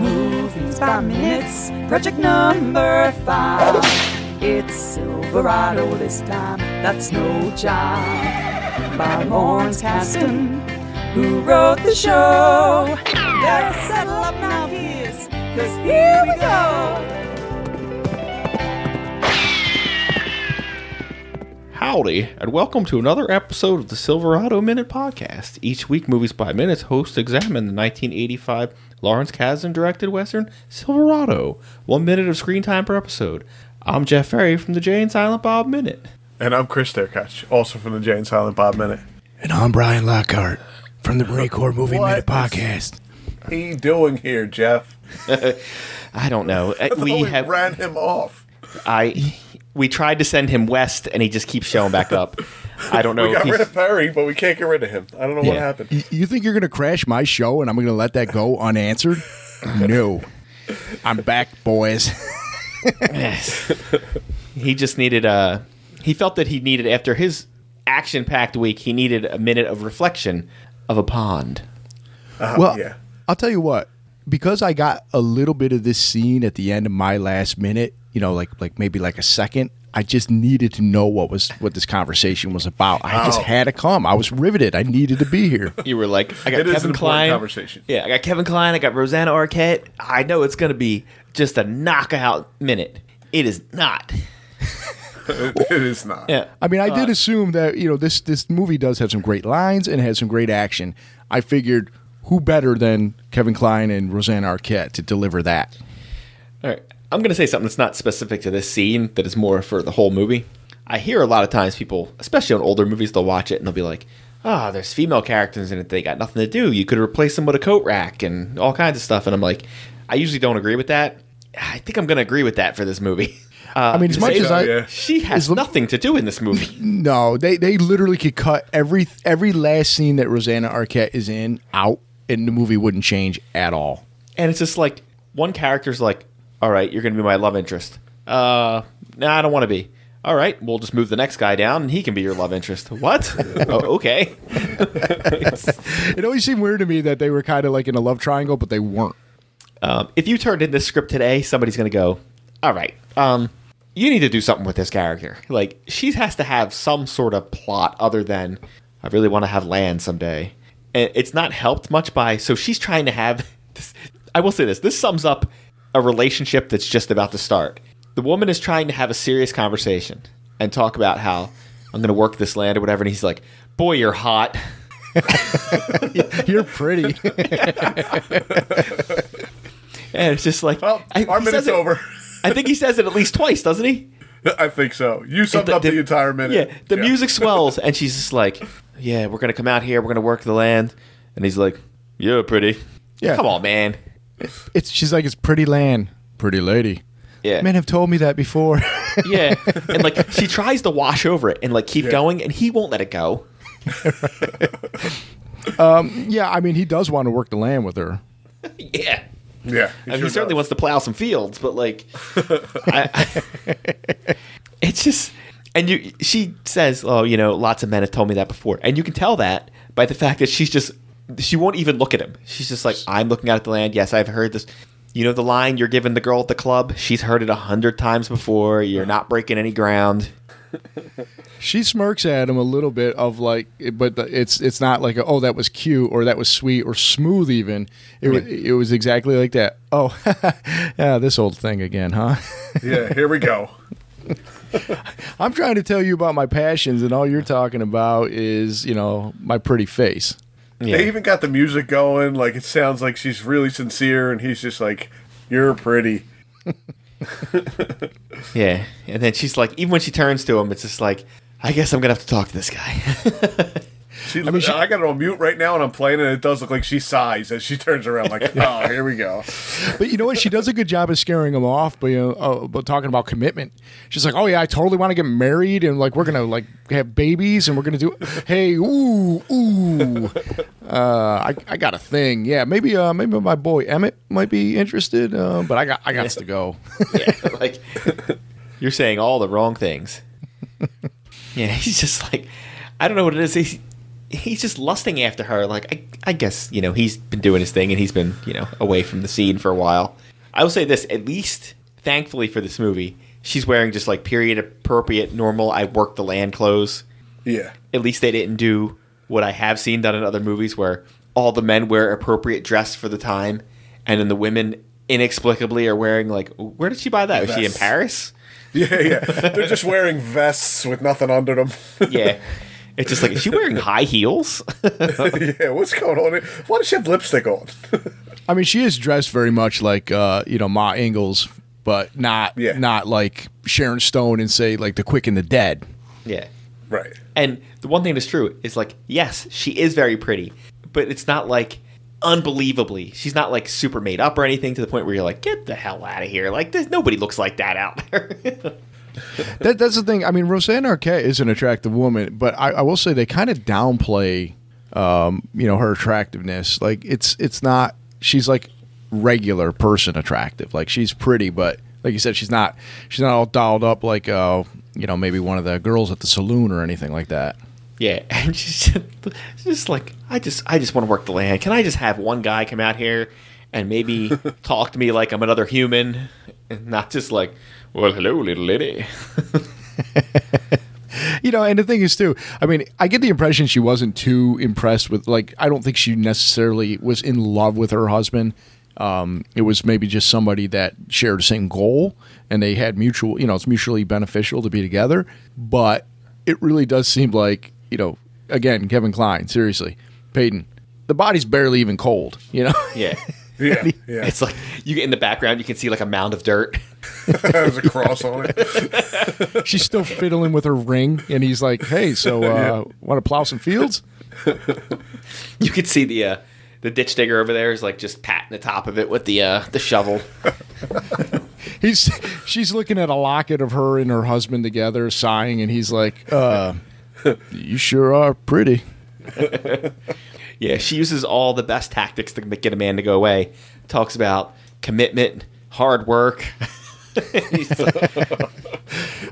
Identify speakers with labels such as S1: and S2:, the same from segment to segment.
S1: movies by minutes. Project number five. It's Silverado this time. That's no job. By Lawrence Kasdan, who wrote the show. Let's settle up now, kids, because here we go.
S2: Howdy, and welcome to another episode of the Silverado Minute Podcast. Each week, Movies by Minutes hosts examine the 1985 Lawrence Kasdan directed Western Silverado, one minute of screen time per episode. I'm Jeff Ferry from the Jay and Silent Bob Minute.
S3: And I'm Chris Derkach, also from the Jay and Silent Bob Minute.
S4: And I'm Brian Lockhart from the Marine Corps Movie
S3: What?
S4: Minute Podcast.
S3: What he doing here, Jeff?
S2: I don't know. Uh,
S3: I thought
S2: we have
S3: ran him off.
S2: I we tried to send him west, and he just keeps showing back up. I don't know.
S3: We
S2: if
S3: got
S2: Oh, he's-
S3: rid of Perry, but we can't get rid of him. I don't know what
S2: Yeah.
S3: happened.
S4: Y- You think you're going to crash my show and I'm going to let that go unanswered? No. I'm back, boys.
S2: Yes. he just needed a. He felt that he needed after his action-packed week, he needed a minute of reflection of a pond.
S4: well,
S3: yeah.
S4: I'll tell you what. Because I got a little bit of this scene at the end of my last minute, you know, like like maybe like a second, I just needed to know what was what this conversation was about. I just
S3: Oh.
S4: had to come. I was riveted. I needed to be here.
S2: You were like, I got
S3: It is
S2: Kevin
S3: an important
S2: Klein.
S3: conversation.
S2: Yeah, I got Kevin Klein. I got Rosanna Arquette. I know it's going to be just a knockout minute. It is not.
S3: it is not.
S2: Yeah.
S4: I mean, I
S2: Uh,
S4: did assume that you know this this movie does have some great lines and has some great action. I figured who better than Kevin Klein and Roseanne Arquette to deliver that?
S2: All right. I'm going to say something that's not specific to this scene, that is more for the whole movie. I hear a lot of times people, especially on older movies, they'll watch it and they'll be like, ah, there's female characters in it. They got nothing to do. You could replace them with a coat rack and all kinds of stuff. And I'm like, I usually don't agree with that. I think I'm going to agree with that for this movie. Uh,
S4: I mean, as
S2: to
S4: much
S2: say
S4: as
S2: that
S4: I
S3: yeah.
S2: She has nothing to do in this movie.
S4: no, they they literally could cut every every last scene that Rosanna Arquette is in out, and the movie wouldn't change at all.
S2: And it's just like, one character's like, all right, you're going to be my love interest. Uh, nah, I don't want to be. All right, we'll just move the next guy down and he can be your love interest. What? oh, okay.
S4: It always seemed weird to me that they were kind of like in a love triangle, but they weren't.
S2: Um, if you turned in this script today, somebody's going to go, all right, um, you need to do something with this character. Like, she has to have some sort of plot other than, I really want to have land someday. And it's not helped much by, so she's trying to have, this, I will say this, this sums up a relationship that's just about to start. The woman is trying to have a serious conversation and talk about how I'm going to work this land or whatever. And he's like, boy, you're hot.
S4: You're pretty.
S2: And it's just like,
S3: Well,
S2: I-
S3: our
S2: he
S3: minute's
S2: says it-
S3: over.
S2: I think he says it at least twice, doesn't he?
S3: I think so. You summed
S2: the-
S3: up the,
S2: the-
S3: entire minute.
S2: Yeah, the music swells, and she's just like, "Yeah, we're gonna come out here. We're gonna work the land." And he's like, "You're pretty.
S4: Yeah.
S2: come on, man.
S4: it's she's like it's pretty land, pretty lady.
S2: Yeah,
S4: Men have told me that before.
S2: yeah." And like, she tries to wash over it and like keep going, and he won't let it go.
S4: yeah, I mean, he does want to work the land with her.
S2: Yeah,
S3: Yeah.
S2: I mean, he
S3: sure
S2: certainly
S3: does.
S2: wants to plow some fields, but like, I, I- it's just. And you, she says, "Oh, you know, lots of men have told me that before," and you can tell that by the fact that she's just, she won't even look at him. She's just like, "I'm looking out at the land. Yes, I've heard this." You know the line you're giving the girl at the club. She's heard it a hundred times before. You're not breaking any ground.
S4: She smirks at him a little bit of like, but the, it's it's not like oh that was cute or that was sweet or smooth even. It was it was exactly like that. Oh, yeah, this old thing again, huh?
S3: Yeah, here we go.
S4: I'm trying to tell you about my passions, and all you're talking about is you know my pretty face.
S2: Yeah.
S3: They even got the music going. Like, it sounds like she's really sincere, and he's just like, You're pretty.
S2: Yeah, and then she's like, even when she turns to him, it's just like, "I guess I'm gonna have to talk to this guy."
S3: She, I, got it on mute right now, and I'm playing it. and It does look like she sighs as she turns around, like, oh, here we go.
S4: But you know what? She does a good job of scaring him off, but you know, uh, but talking about commitment, she's like, "Oh yeah, I totally want to get married, and like we're gonna like have babies, and we're gonna do, hey, ooh, ooh, uh, I, I got a thing, yeah, maybe, uh, maybe my boy Emmett might be interested, uh, but I got, I got to go.
S2: Yeah, like you're saying all the wrong things. Yeah, he's just like I don't know what it is. He's, he's just lusting after her. Like I, I guess you know he's been doing his thing and he's been you know away from the scene for a while. I will say this: at least, thankfully for this movie, she's wearing just like period appropriate, normal. I work the land clothes.
S3: Yeah.
S2: At least they didn't do what I have seen done in other movies, where all the men wear appropriate dress for the time, and then the women inexplicably are wearing like where did she buy that? Was she in
S3: Vests.
S2: Paris?
S3: Yeah, yeah. They're just wearing vests with nothing under them.
S2: Yeah. It's just like, is she wearing high heels?
S3: yeah, what's going on? here? Why does she have lipstick on?
S4: I mean, she is dressed very much like uh, you know Ma Ingalls, but not
S3: Yeah.
S4: not like Sharon Stone and say like the Quick and the Dead.
S2: yeah.
S3: right.
S2: And the one thing that's true is like, yes, she is very pretty, but it's not like unbelievably. She's not like super made up or anything to the point where you're like, get the hell out of here. Like, there's nobody looks like that out there.
S4: That, that's the thing. I mean, Roseanne Arquette is an attractive woman, but I, I will say they kind of downplay, um, you know, her attractiveness. Like it's it's not she's like regular person attractive. Like she's pretty, but like you said, she's not she's not all dolled up like uh, you know maybe one of the girls at the saloon or anything like that.
S2: yeah, and she's just, she's just like, I just, I just want to work the land. Can I just have one guy come out here and maybe talk to me like I'm another human, and not just like, well, hello, little lady.
S4: You know, and the thing is too, I mean, I get the impression she wasn't too impressed with like I don't think she necessarily was in love with her husband. Um, it was maybe just somebody that shared the same goal and they had mutual you know, it's mutually beneficial to be together. But it really does seem like, you know, again, Kevin Klein, seriously, Peyton, the body's barely even cold, you know?
S2: Yeah.
S3: Yeah, yeah.
S2: It's like you get in the background, you can see like a mound of dirt.
S3: There's a cross on it.
S4: She's still fiddling with her ring and he's like, Hey, so uh wanna plow some fields?
S2: You could see the uh, the ditch digger over there is like just patting the top of it with the uh, the shovel.
S4: he's she's looking at a locket of her and her husband together, sighing, and he's like, uh, "You sure are pretty."
S2: yeah, she uses all the best tactics to get a man to go away. Talks about commitment, hard work. He's like,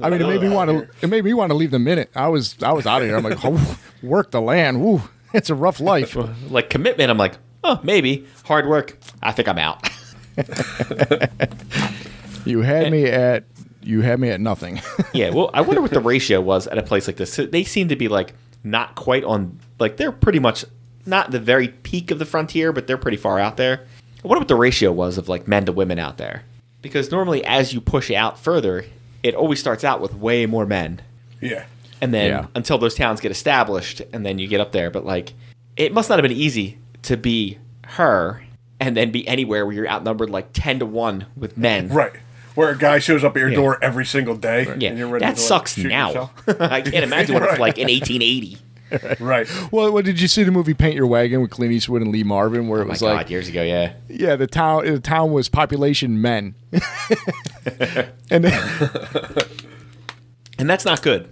S4: I mean, it made me want to. It made me want to leave the minute. I was I was out of here. I'm like, oh, work the land. Woo, it's a rough life.
S2: like commitment, I'm like, oh, maybe hard work. I think I'm out.
S4: You had me at you had me at nothing.
S2: yeah, well, I wonder what the ratio was at a place like this. So they seem to be like not quite on like they're pretty much not the very peak of the frontier, but they're pretty far out there. I wonder what the ratio was of like men to women out there, because normally as you push out further, it always starts out with way more men,
S3: Yeah.
S2: and then
S4: Yeah.
S2: until those towns get established, and then you get up there. But like, it must not have been easy to be her and then be anywhere where you're outnumbered like ten to one with men.
S3: Right. Where a guy shows up at your door every single day.
S2: Yeah,
S3: and you're ready
S2: that
S3: to, like,
S2: sucks
S3: shoot
S2: now.
S3: yourself.
S2: I can't imagine what it's
S3: Right.
S2: like in 1880.
S3: Right.
S4: well, what did you see the movie Paint Your Wagon with Clint Eastwood and Lee Marvin, where it
S2: My
S4: was
S2: God,
S4: like,
S2: years ago, yeah.
S4: yeah, the town the town was population men, and then,
S2: And that's not good.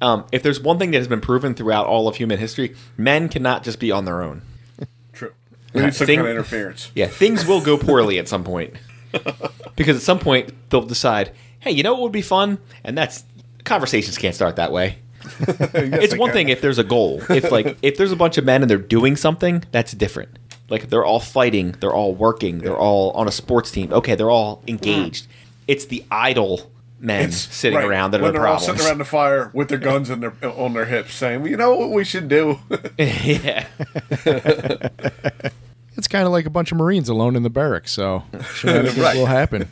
S2: Um, if there's one thing that has been proven throughout all of human history, men cannot just be on their own.
S3: True. We need some
S2: Thing-
S3: kind of interference.
S2: Yeah, things will go poorly at some point. because at some point, they'll decide, hey, you know what would be fun? And that's conversations can't start that way. it's one thing if there's a goal. If like if there's a bunch of men and they're doing something, that's different. Like they're all fighting, they're all working, they're all on a sports team. Okay, they're all engaged. It's the idle men sitting
S3: Mm. right.
S2: around that
S3: when
S2: are the
S3: they're all
S2: problems.
S3: sitting around the fire with their guns in their, on their hips, saying, well, "You know what we should do."
S2: yeah.
S4: it's kind of like a bunch of Marines alone in the barracks. So sure, anything
S3: Right.
S4: will happen.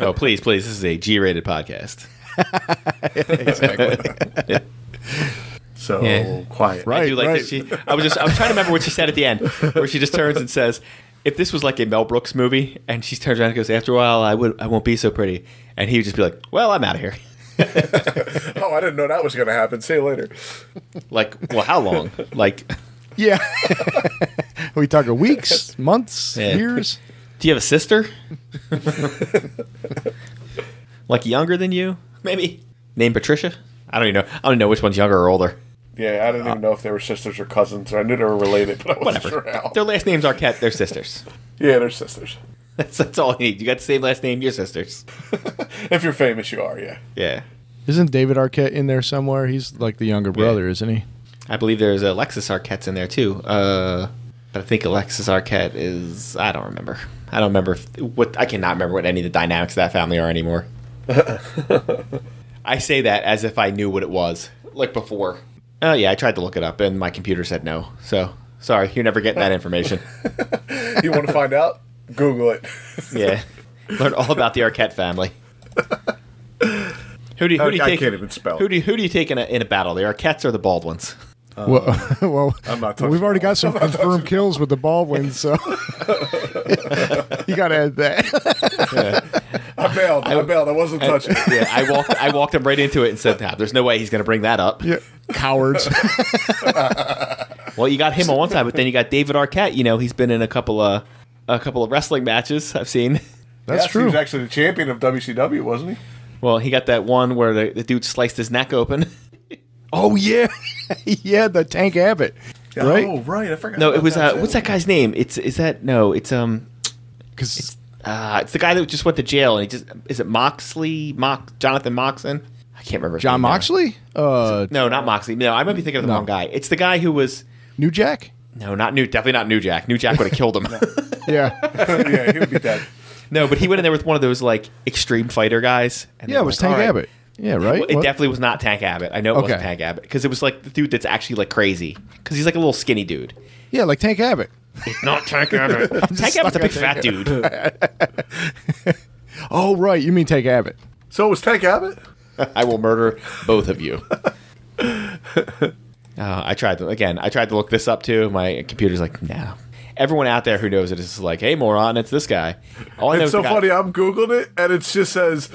S2: Oh, please, please. This is a G rated podcast.
S3: so
S2: Yeah.
S3: quiet.
S4: Right.
S2: I do like that she I was just I was trying to remember what she said at the end, where she just turns and says, if this was like a Mel Brooks movie and she turns around and goes, After a while I would I won't be so pretty and he would just be like, Well, I'm out of here.
S3: Oh, I didn't know that was going to happen. See you later.
S2: Like, well, how long? Like
S4: Yeah. Are we talking weeks, months,
S2: Yeah.
S4: years?
S2: do you have a sister? like younger than you? Maybe. Name Patricia? I don't even know. I don't know which one's younger or older.
S3: Yeah, I didn't even know if they were sisters or cousins. Or I knew they were related, but I wasn't
S2: Uh, Whatever.
S3: sure how.
S2: Their last names are Cat, they're sisters.
S3: yeah, they're sisters.
S2: That's that's all I need. You got the same last name, your sisters.
S3: If you're famous, you are. Yeah.
S2: Yeah.
S4: Isn't David Arquette in there somewhere? He's like the younger brother, isn't he?
S2: I believe there's Alexis Arquette's in there too. Uh, but I think Alexis Arquette is I don't remember. I don't remember if, what I cannot remember what any of the dynamics of that family are anymore. I say that as if I knew what it was like before. Oh yeah, I tried to look it up and my computer said no. So sorry, you're never getting that information.
S3: You want to find out? Google it.
S2: yeah, learn all about the Arquette family. Who do you, who do you
S3: I
S2: take?
S3: can't even spell.
S2: Who do you, who do you take in a, in a battle? The Arquettes or the Baldwins?
S4: well, well
S3: I'm not touching
S4: we've already
S3: that.
S4: got some confirmed kills with the Baldwins, so you got to add that.
S3: I bailed. I, bailed. I wasn't touching. it.
S2: Yeah, I walked I walked him right into it and said, nah, "There's no way he's going to bring that up."
S4: Yeah. Cowards.
S2: Well, you got him on one side, but then you got David Arquette. You know, he's been in a couple of a couple of wrestling matches I've seen.
S3: Yeah,
S4: That's
S3: He
S4: true.
S3: was actually the champion of WCW, wasn't he?
S2: Well, he got that one where the, the dude sliced his neck open.
S4: Oh yeah, yeah, the Tank Abbott,
S3: Oh,
S4: right?
S3: right. I forgot.
S2: No, it
S3: about
S2: was uh,
S3: too.
S2: what's that guy's name? It's is that no? It's um,
S4: Because
S2: uh, it's the guy that just went to jail and he just is it Moxley? Mox Jonathan Moxon? I can't remember. his
S4: John
S2: name now.
S4: Moxley, uh,
S2: No, not Moxley. No, I might be thinking of the wrong guy. It's the guy who was
S4: New Jack.
S2: no, not New, definitely not New Jack. New Jack would have killed him.
S4: Yeah,
S3: yeah, he would be dead.
S2: No, but he went in there with one of those like extreme fighter guys. And
S4: yeah,
S2: they
S4: it
S2: were
S4: was
S2: like,
S4: Tank
S2: "All right."
S4: Abbott. Yeah, right.
S2: Well, it
S4: What?
S2: definitely was not Tank Abbott. I know it wasn't
S4: Okay.
S2: Tank Abbott because it was like the dude that's actually like crazy because he's like a little skinny dude.
S4: yeah, like Tank Abbott.
S2: It's not Tank Abbott. Tank Abbott's a big fat dude.
S4: Oh right, you mean Tank Abbott?
S3: So it was Tank Abbott.
S2: I will murder both of you. Uh, I tried to again. I tried to look this up too. My computer's like, no. Everyone out there who knows it is like, hey moron, it's this guy. All I know
S3: It's
S2: is the
S3: so
S2: guy-
S3: funny. I'm googling it, and it just says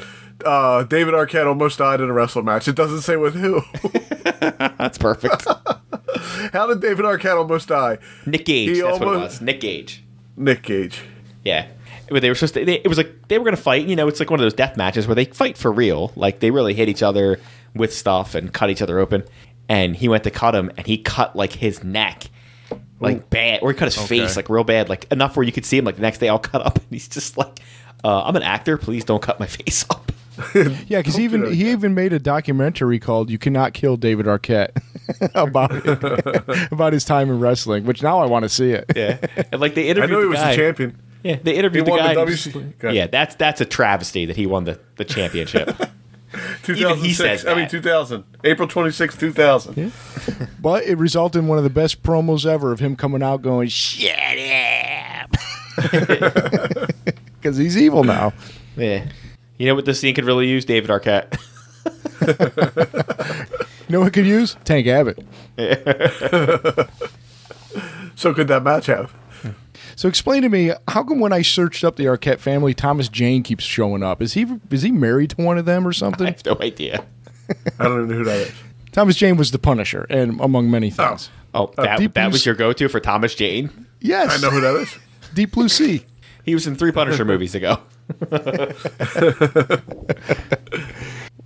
S3: uh, David Arquette almost died in a wrestling match. It doesn't say with who.
S2: That's perfect.
S3: How did David Arquette almost die?
S2: Nick Gage.
S3: He
S2: that's what it
S3: almost-
S2: was. Nick Gage.
S3: Nick Cage.
S2: Yeah. But they were supposed to, they, it was like they were going to fight. You know, it's like one of those death matches where they fight for real. Like they really hit each other with stuff and cut each other open. And he went to cut him and he cut like his neck, like bad, or he cut his face like real bad, like enough where you could see him like the next day all cut up. And he's just like, uh, I'm an actor. Please don't cut my face up.
S4: Yeah, because even
S3: like
S4: he even made a documentary called "You Cannot Kill David Arquette" about about his time in wrestling. Which now I want to see it.
S2: Yeah. And like they interviewed
S3: I knew he
S2: the
S3: was
S2: guy.
S3: the champion.
S2: Yeah. They interviewed the
S3: He won
S2: guy.
S3: the
S2: and he just-
S3: WC. Okay.
S2: Yeah. That's, that's a travesty that he won the, the championship.
S3: 2006.
S2: he says
S3: I mean,
S2: that.
S3: 2000. April 26, 2000.
S4: But it resulted in one of the best promos ever of him coming out going "Shut up," because he's evil now.
S2: yeah. You know what this scene could really use? David Arquette.
S4: You know what could use Tank Abbott.
S3: So could that match have?
S4: So explain to me, how come when I searched up the Arquette family, Thomas Jane keeps showing up? Is he is he married to one of them or
S2: I
S4: something?
S2: have no idea.
S3: I don't even know who that is.
S4: Thomas Jane was the Punisher, and among many things.
S2: Oh, that,
S4: Deep
S2: that
S4: Blue
S2: was
S4: Sea-
S2: your go-to for Thomas Jane.
S4: Yes,
S3: I know who that is.
S4: Deep Blue Sea.
S2: He was in three Punisher movies ago.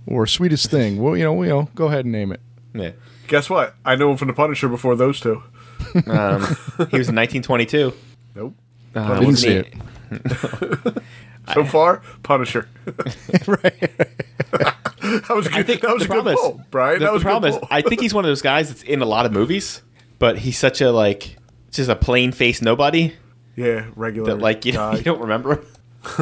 S4: or sweetest thing. Well, you know, you know, go ahead and name it.
S2: Yeah.
S3: Guess what? I know him from The Punisher before those two.
S2: Um, he was in 1922.
S3: Nope.
S2: Uh,
S4: didn't
S2: wasn't
S4: see
S2: he-
S4: it.
S3: So far, Punisher. that was a
S2: I
S3: good.
S2: think
S3: that
S2: the
S3: was a good
S2: problem is,
S3: poll, Brian.
S2: the,
S3: that was
S2: the
S3: a
S2: problem
S3: good
S2: is,
S3: poll.
S2: I think he's one of those guys that's in a lot of movies, but he's such a like, just a plain faced nobody
S3: yeah, regular.
S2: that like you,
S3: guy.
S2: you don't remember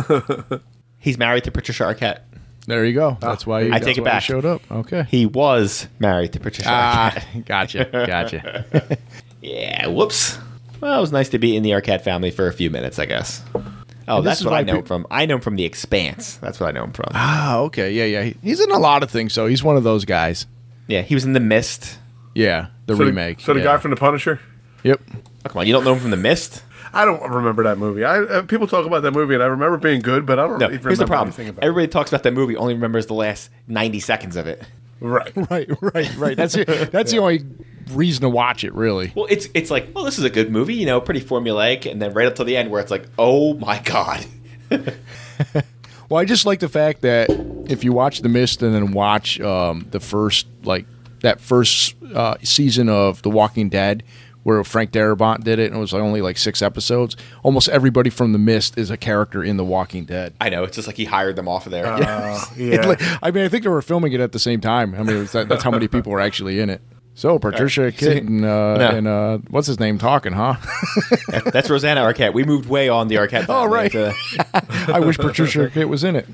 S2: him. he's married to Patricia Arquette.
S4: There you go. That's why you,
S2: I
S4: that's
S2: take it
S4: why you
S2: back.
S4: showed up. Okay.
S2: He was married to Patricia.
S4: Ah.
S2: Arquette.
S4: gotcha, gotcha.
S2: Yeah. Whoops. Well, it was nice to be in the Arquette family for a few minutes, I guess. Oh,
S4: And this
S2: that's
S4: is
S2: what
S4: why
S2: I know
S4: pe-
S2: him from. I know him from The Expanse. That's what I know him from.
S4: Ah, okay, yeah, yeah. He- He's in a lot of things, so he's one of those guys.
S2: Yeah, he was in The Mist.
S4: Yeah, the
S3: so
S4: remake.
S3: The, so the
S4: yeah.
S3: guy from The Punisher.
S4: Yep.
S2: Oh, come on, you don't know him from The Mist?
S3: I don't remember that movie. I uh, people talk about that movie, and I remember it being good, but I don't
S2: No,
S3: even
S2: here's
S3: remember
S2: the problem.
S3: anything about
S2: Everybody talks about that movie, only remembers the last 90 seconds of it.
S3: it. Right.
S4: Right, right, right. That's it. That's the only reason to watch it, really.
S2: Well, it's it's like, well, this is a good movie, you know, pretty formulaic, and then right up to the end where it's like, oh my god.
S4: Well, I just like the fact that if you watch The Mist and then watch um, the first, like that first uh, season of The Walking Dead, where Frank Darabont did it, and it was only like six episodes. Almost everybody from The Mist is a character in The Walking Dead.
S2: I know, it's just like he hired them off of there.
S3: Uh, yeah.
S4: Like, I mean, I think they were filming it at the same time. I mean, it was that, that's how many people were actually in it. So Patricia Kidd and, uh,
S2: No.
S4: and uh, what's his name talking, huh?
S2: That's Rosanna Arquette. We moved way on the Arquette.
S4: Oh,
S2: family.
S4: right.
S2: Uh,
S4: I wish Patricia Kidd was in it.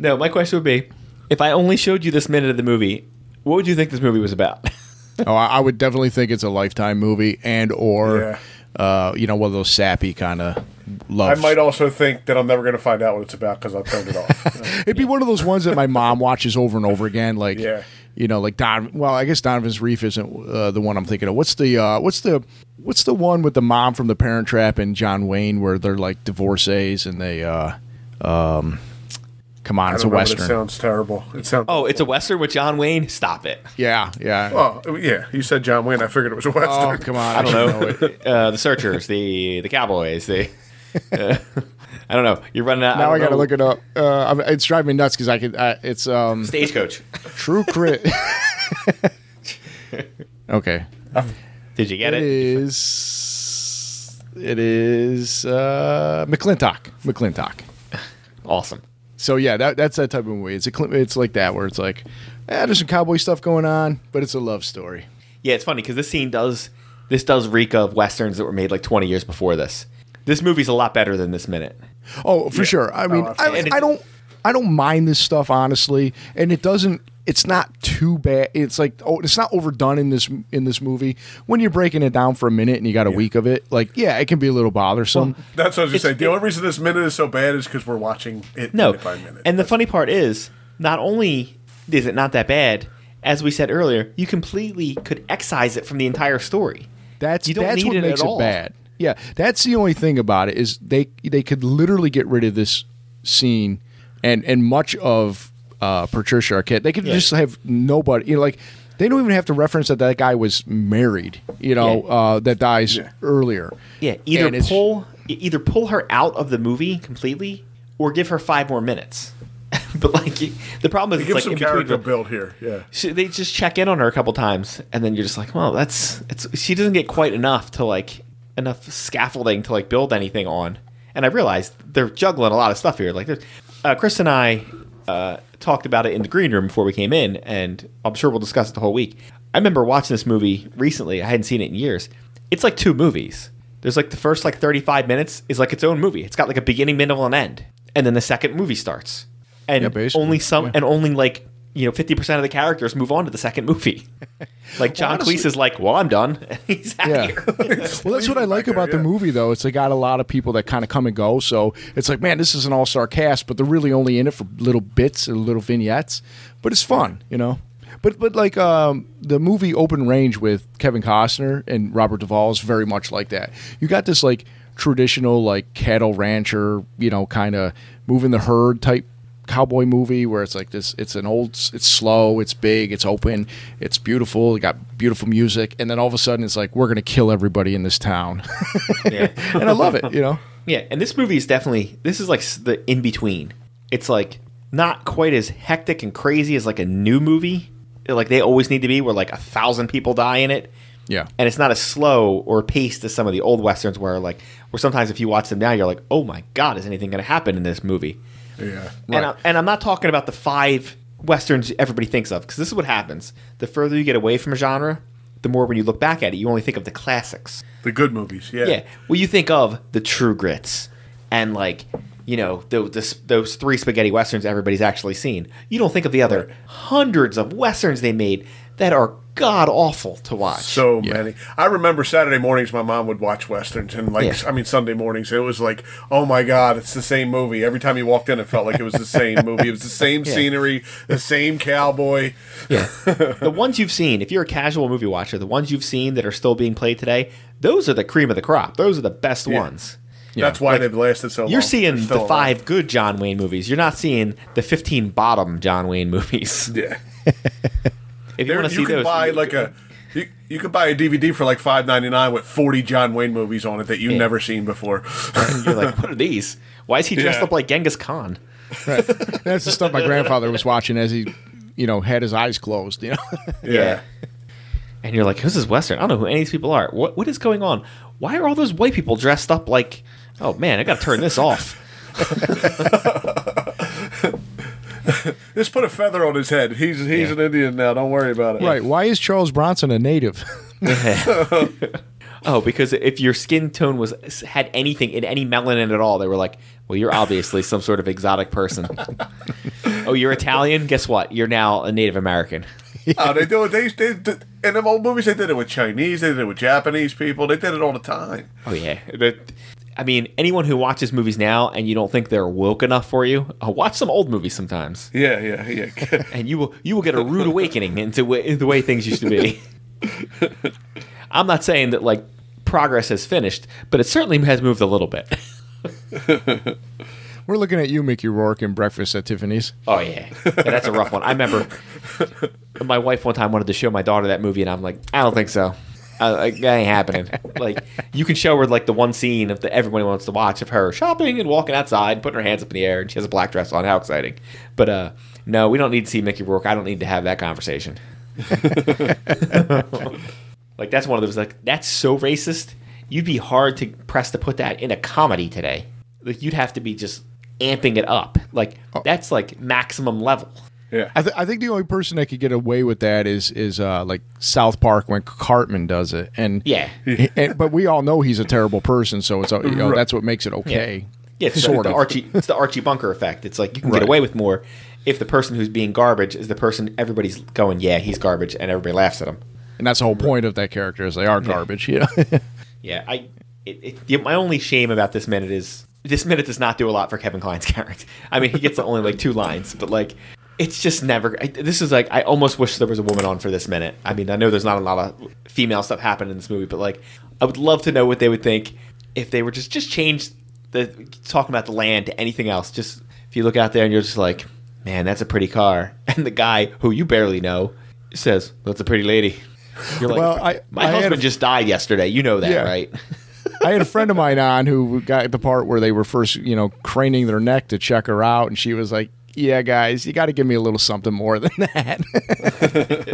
S2: no, my question would be, if I only showed you this minute of the movie, what would you think this movie was about?
S4: Oh, I, I would definitely think it's a lifetime movie and or uh, you know one of those sappy kind of
S3: I
S4: love.
S3: might also think that I'm never going to find out what it's about because I turned it off.
S4: It'd be one of those ones that my mom watches over and over again, like
S3: Yeah.
S4: you know, like Don. Well, I guess Donovan's Reef isn't uh, the one I'm thinking of. What's the uh, what's the what's the one with the mom from The Parent Trap and John Wayne where they're like divorcees and they uh, um, come on,
S3: I
S4: it's
S3: don't
S4: a
S3: know, but It
S4: western.
S3: sounds terrible. It sounds.
S2: oh, it's a western with John Wayne. Stop it.
S4: Yeah, yeah.
S3: Oh, yeah. You said John Wayne. I figured it was a western.
S4: oh, come on, I
S2: I
S4: don't know.
S2: don't know. uh, the Searchers, the the Cowboys, the. uh, I don't know. You're running out.
S4: Now I,
S2: don't
S4: gotta
S2: know.
S4: look it up. Uh, I'm- it's driving me nuts because I could. I, it's um,
S2: Stagecoach.
S4: True Crit. okay,
S2: Did you get
S4: it
S2: it?
S4: is. It is uh, McClintock. McClintock.
S2: Awesome.
S4: So yeah, that, that's that type of movie. It's a cl- it's like that where it's like, eh, there's some cowboy stuff going on, but it's a love story.
S2: Yeah, it's funny because this scene does this does reek of westerns that were made like 20 years before this. This movie's a lot better than this minute.
S4: Oh, for sure. I mean, I,
S2: absolutely.
S4: I don't I don't mind this stuff honestly, and it doesn't. It's not too bad. It's like oh, it's not overdone in this in this movie. When you're breaking it down for a minute and you got a week of it, like yeah, it can be a little bothersome.
S3: That's what I was going to say. The
S2: it-
S3: only reason this minute is so bad is because we're watching it
S2: No,
S3: minute by minute.
S2: and the funny part is, not only is it not that bad, as we said earlier, you completely could excise it from the entire story.
S4: That's
S2: You don't
S4: that's
S2: need
S4: what
S2: it at
S4: makes it
S2: all.
S4: bad. Yeah, that's the only thing about it is they they could literally get rid of this scene and and much of uh, Patricia Arquette. They could just have nobody. You know, like they don't even have to reference that that guy was married. You know,
S2: Yeah.
S4: uh, that dies earlier.
S2: Yeah, either
S4: And it's-
S2: pull e- either pull her out of the movie completely, or give her five more minutes. but like y- the problem is,
S3: Give
S2: it's like
S3: some
S2: in between
S3: character
S2: the-
S3: build here. Yeah.
S2: she, they just check in on her a couple times, and then you're just like, well, that's it's. She doesn't get quite enough to like enough scaffolding to like build anything on. And I realized they're juggling a lot of stuff here. Like, there's, uh, Chris and I uh, talked about it in the green room before we came in, and I'm sure we'll discuss it the whole week. I remember watching this movie recently. I hadn't seen it in years. It's like two movies. There's like the first like 35 minutes is like its own movie. It's got like a beginning, middle, and end, and then the second movie starts. And
S4: Yeah, basically,
S2: only some and only like you know 50% of the characters move on to the second movie like john
S4: honestly-
S2: cleese is like well i'm done he's out
S4: Yeah.
S2: here
S4: Well, that's what I like
S3: there,
S4: about the
S3: yeah.
S4: movie, though. It's they got a lot of people that kind of come and go. So it's like, man, this is an all star cast, but they're really only in it for little bits and little vignettes. But it's fun, you know. But but like um, the movie Open Range with Kevin Costner and Robert Duvall is very much like that. You got this like traditional like cattle rancher, you know, kind of moving the herd type cowboy movie where it's like this it's an old it's slow it's big it's open it's beautiful it got beautiful music and then all of a sudden it's like we're gonna kill everybody in this town
S2: yeah.
S4: and i love it you know
S2: yeah and this movie is definitely this is like s- the in between it's like not quite as hectic and crazy as like a new movie like they always need to be where like a thousand people die in it
S4: yeah
S2: and it's not as slow or paced as some of the old westerns where like where sometimes if you watch them now you're like oh my god is anything going to happen in this movie
S3: Yeah.
S2: And, I, and I'm not talking about the five westerns everybody thinks of, because this is what happens. The further you get away from a genre, the more when you look back at it, you only think of the classics.
S3: The good movies. Yeah.
S2: Yeah. Well, you think of the True Grits and like, you know, the, the, those three spaghetti westerns everybody's actually seen. You don't think of the other hundreds of westerns they made that are god awful to watch.
S3: So many. I remember Saturday mornings, my mom would watch westerns, and like,
S2: Yeah.
S3: I mean, Sunday mornings, it was like, oh my god, it's the same movie. Every time you walked in, it felt like it was the same movie. It was the same scenery, the same cowboy.
S2: Yeah. the ones you've seen, if you're a casual movie watcher, the ones you've seen that are still being played today, those are the cream of the crop. Those are the best ones.
S3: That's why they've lasted so long.
S2: You're seeing
S3: They're
S2: the
S3: still
S2: five
S3: alive.
S2: good John Wayne movies. You're not seeing the 15 bottom John Wayne movies.
S3: Yeah.
S2: If you
S3: There-
S2: want
S3: you
S2: to see
S3: can
S2: those,
S3: buy like a you, you could buy a DVD for like five ninety nine with forty John Wayne movies on it that you've never seen before.
S2: you're like, what are these? Why is he dressed
S3: Yeah.
S2: up like Genghis Khan?
S4: right that's the stuff my grandfather was watching as he you know had his eyes closed you know
S3: yeah.
S2: And you're like, who's this Western? I don't know who any of these people are. What what is going on? Why are all those white people dressed up like? Oh man, I got to turn this off.
S3: Just put a feather on his head. He's he's
S2: Yeah.
S3: an Indian now. Don't worry about it.
S4: Right. Why is Charles Bronson a native?
S2: Oh, because if your skin tone was had anything in any melanin at all, they were like, "Well, you're obviously some sort of exotic person." oh, you're Italian. Guess what? You're now a Native American.
S3: Oh, they do it. They, they, they in them old movies they did it with Chinese. They did it with Japanese people. They did it all the time.
S2: Oh yeah. That- I mean, anyone who watches movies now and you don't think they're woke enough for you, uh, watch some old movies sometimes,
S3: Yeah, yeah, yeah.
S2: and you will you will get a rude awakening into wa- into the way things used to be. I'm not saying that like progress has finished, but it certainly has moved a little bit.
S4: We're looking at you, Mickey Rourke, in Breakfast at Tiffany's.
S2: Oh yeah. Yeah, that's a rough one. I remember my wife one time wanted to show my daughter that movie, and I'm like, I don't think so. I, like, that ain't happening. Like you can show her like the one scene of that everybody wants to watch of her shopping and walking outside, putting her hands up in the air, and she has a black dress on. How exciting! But uh, no, we don't need to see Mickey Rourke. I don't need to have that conversation. like that's one of those like that's so racist. You'd be hard to press to put that in a comedy today. Like you'd have to be just amping it up. Like that's like maximum level.
S3: yeah.
S4: I, th- I think the only person that could get away with that is is uh, like South Park when Cartman does it, and
S2: Yeah.
S4: and, but we all know he's a terrible person, so it's uh, you know, that's what makes it okay.
S2: Yeah, it's
S4: Sort
S2: the, the
S4: of.
S2: Archie. It's the Archie Bunker effect. It's like you can
S4: Right.
S2: get away with more if the person who's being garbage is the person everybody's going, yeah, he's garbage, and everybody laughs at him.
S4: And that's the whole point of that character is they are garbage. Yeah,
S2: Yeah, I. It, it, the- my only shame about this minute is this minute does not do a lot for Kevin Klein's character. I mean, he gets only like two lines, but like it's just never. I, this is like I almost wish there was a woman on for this minute. I mean, I know there's not a lot of female stuff happening in this movie, but like I would love to know what they would think if they were just just change the talking about the land to anything else. Just if you look out there and you're just like, man, that's a pretty car, and the guy who you barely know says, that's a pretty lady. You're like,
S4: Well, I-
S2: my
S4: I had a-
S2: husband just died yesterday. You know that,
S4: Yeah.
S2: right?
S4: I had a friend of mine on who got the part where they were first, you know, craning their neck to check her out, and she was like, "Yeah, guys, you got to give me a little something more than that."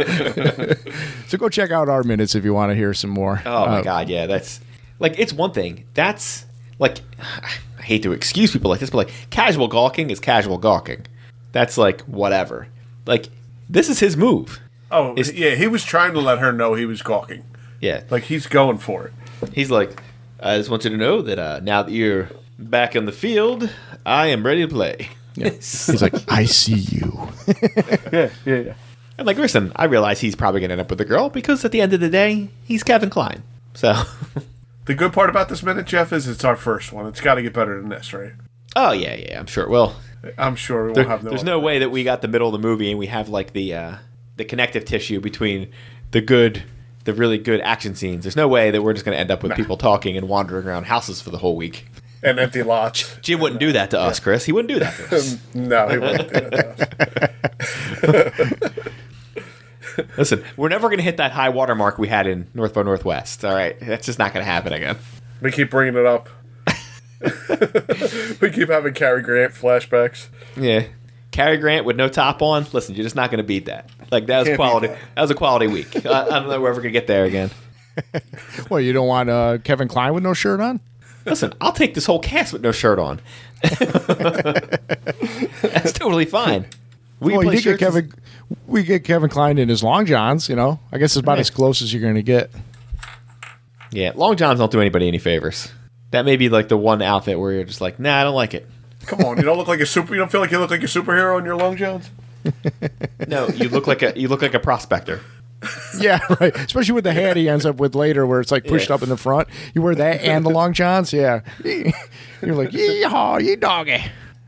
S4: so go check out our minutes if you want to hear some more.
S2: Oh my
S4: Uh,
S2: god, yeah, that's like it's one thing. That's like I hate to excuse people like this, but like casual gawking is casual gawking. That's like whatever. Like this is his move.
S3: Oh,
S2: Is-
S3: yeah. He was trying to let her know he was gawking.
S2: Yeah, like
S3: Like he's going for it.
S2: he's like, I just want you to know that uh, now that you're back on the field, I am ready to play.
S4: He's like, "I see you."
S2: I'm like, listen, I realize he's probably gonna end up with a girl because at the end of the day, he's Kevin Klein. So,
S3: The good part about this minute, Jeff, is it's our first one. It's got to get better than this, right?
S2: oh yeah, yeah, I'm sure. Well,
S3: I'm sure we won't
S2: There-
S3: have no.
S2: there's no way that we got the middle of the movie and we have like the uh, the connective tissue between the good, the really good action scenes. There's no way that we're just going to end up with people talking and wandering around houses for the whole week.
S3: an empty lot.
S2: Jim wouldn't do that to us, Chris. He wouldn't do that to us.
S3: No, he won't. do that to us.
S2: Listen, we're never going to hit that high water mark we had in North by Northwest. All right, that's just not going to happen again.
S3: we keep bringing it up. we keep having Cary Grant flashbacks.
S2: Yeah. Cary Grant with no top on. Listen, you're just not going to beat that. Like that was
S3: Can't beat
S2: quality.
S3: that.
S2: That. was a quality week. I, I don't know we're ever going to get there again.
S4: Well, you don't want uh, Kevin Klein with no shirt on.
S2: Listen, I'll take this whole cast with no shirt on. That's totally fine. We
S4: well, you
S2: play
S4: did get
S2: shirts-
S4: Kevin. We get Kevin Klein in his long johns. You know, I guess it's about
S2: Yeah.
S4: as close as you're going to get.
S2: Yeah, long johns don't do anybody any favors. That may be like the one outfit where you're just like, nah, I don't like it.
S3: Come on, you don't look like a super. You don't feel like you look like a superhero in your long johns.
S2: No, you look like a you look like a prospector.
S4: Yeah, right. Especially with the hat he ends up with later, where it's like pushed
S2: Yeah.
S4: up in the front. You wear that and the long johns. Yeah, you're like yeehaw, you doggy,
S3: Well,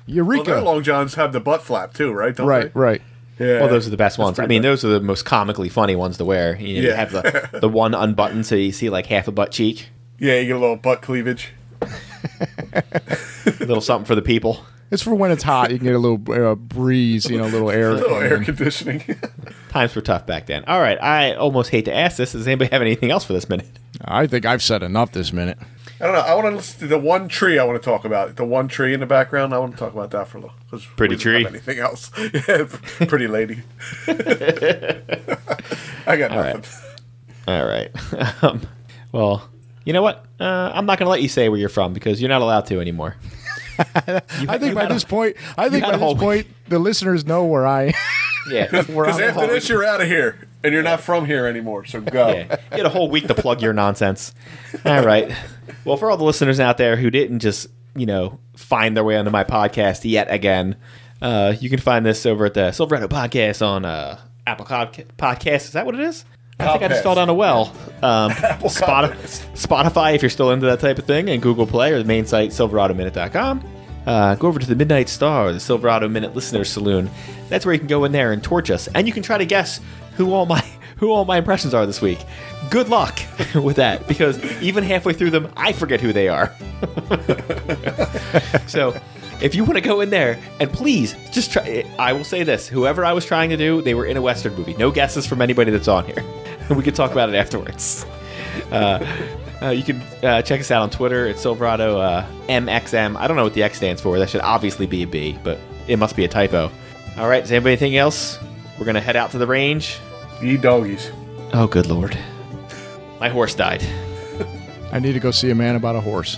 S3: their
S4: Eureka.
S3: long johns have the butt flap too, right? Don't
S4: right,
S3: They?
S4: right.
S3: Yeah.
S2: Well, those are the best ones. I
S3: pretty
S2: mean,
S3: bad.
S2: those are the most comically funny ones to wear. You, know, you
S3: Yeah.
S2: have the the one unbuttoned, so you see like half a butt cheek,
S3: yeah, you get a little butt cleavage.
S2: a little something for the people.
S4: It's for when it's hot. You can get a little uh, breeze, you know, a little air.
S3: A little air conditioning.
S2: Times were tough back then. All right, I almost hate to ask this. Does anybody have anything else for this minute?
S4: I think I've said enough this minute.
S3: I don't know. I want to listen to the one tree I want to talk about. The one tree in the background. I want to talk about that for a little. 'cause we
S2: Pretty
S3: didn't have
S2: tree.
S3: Anything else? Yeah, p- pretty lady. I got
S2: right.
S3: nothing.
S2: All right. Um, well, you know what? Uh, I'm not going to let you say where you're from because you're not allowed to anymore.
S4: I think by
S2: had a-
S4: this point, I think
S2: had
S4: by
S2: a whole
S4: this point, the listeners know where I.
S2: Yeah.
S4: We're
S3: Because
S4: on
S3: after this, you're out of here, and you're not from here anymore. So go.
S2: Yeah. You had a whole week to plug your nonsense. All right. Well, for all the listeners out there who didn't just, you know, find their way onto my podcast yet again, uh, you can find this over at the Silverado Podcast on uh, Apple Cod- Podcast. Is that what it is? I think I just
S3: Podcast.
S2: fell down a well. Um, Spotify,
S3: Podcast.
S2: Spotify, if you're still into that type of thing, and Google Play or the main site, silveradominute.com. Uh, go over to the Midnight Star, the Silverado Minute Listener Saloon. That's where you can go in there and torch us, and you can try to guess who all my who all my impressions are this week. Good luck with that, because even halfway through them, I forget who they are. So if you want to go in there and please just try, I will say this whoever I was trying to do, they were in a Western movie. No guesses from anybody that's on here. We can talk about it afterwards. Uh, uh, you can uh, check us out on Twitter at Silverado uh, MXM. I don't know what the X stands for. That should obviously be a B, but it must be a typo. All right, is anybody anything else? We're going to head out to the range.
S3: Ye doggies.
S2: Oh, good lord. My horse died.
S4: I need to go see a man about a horse.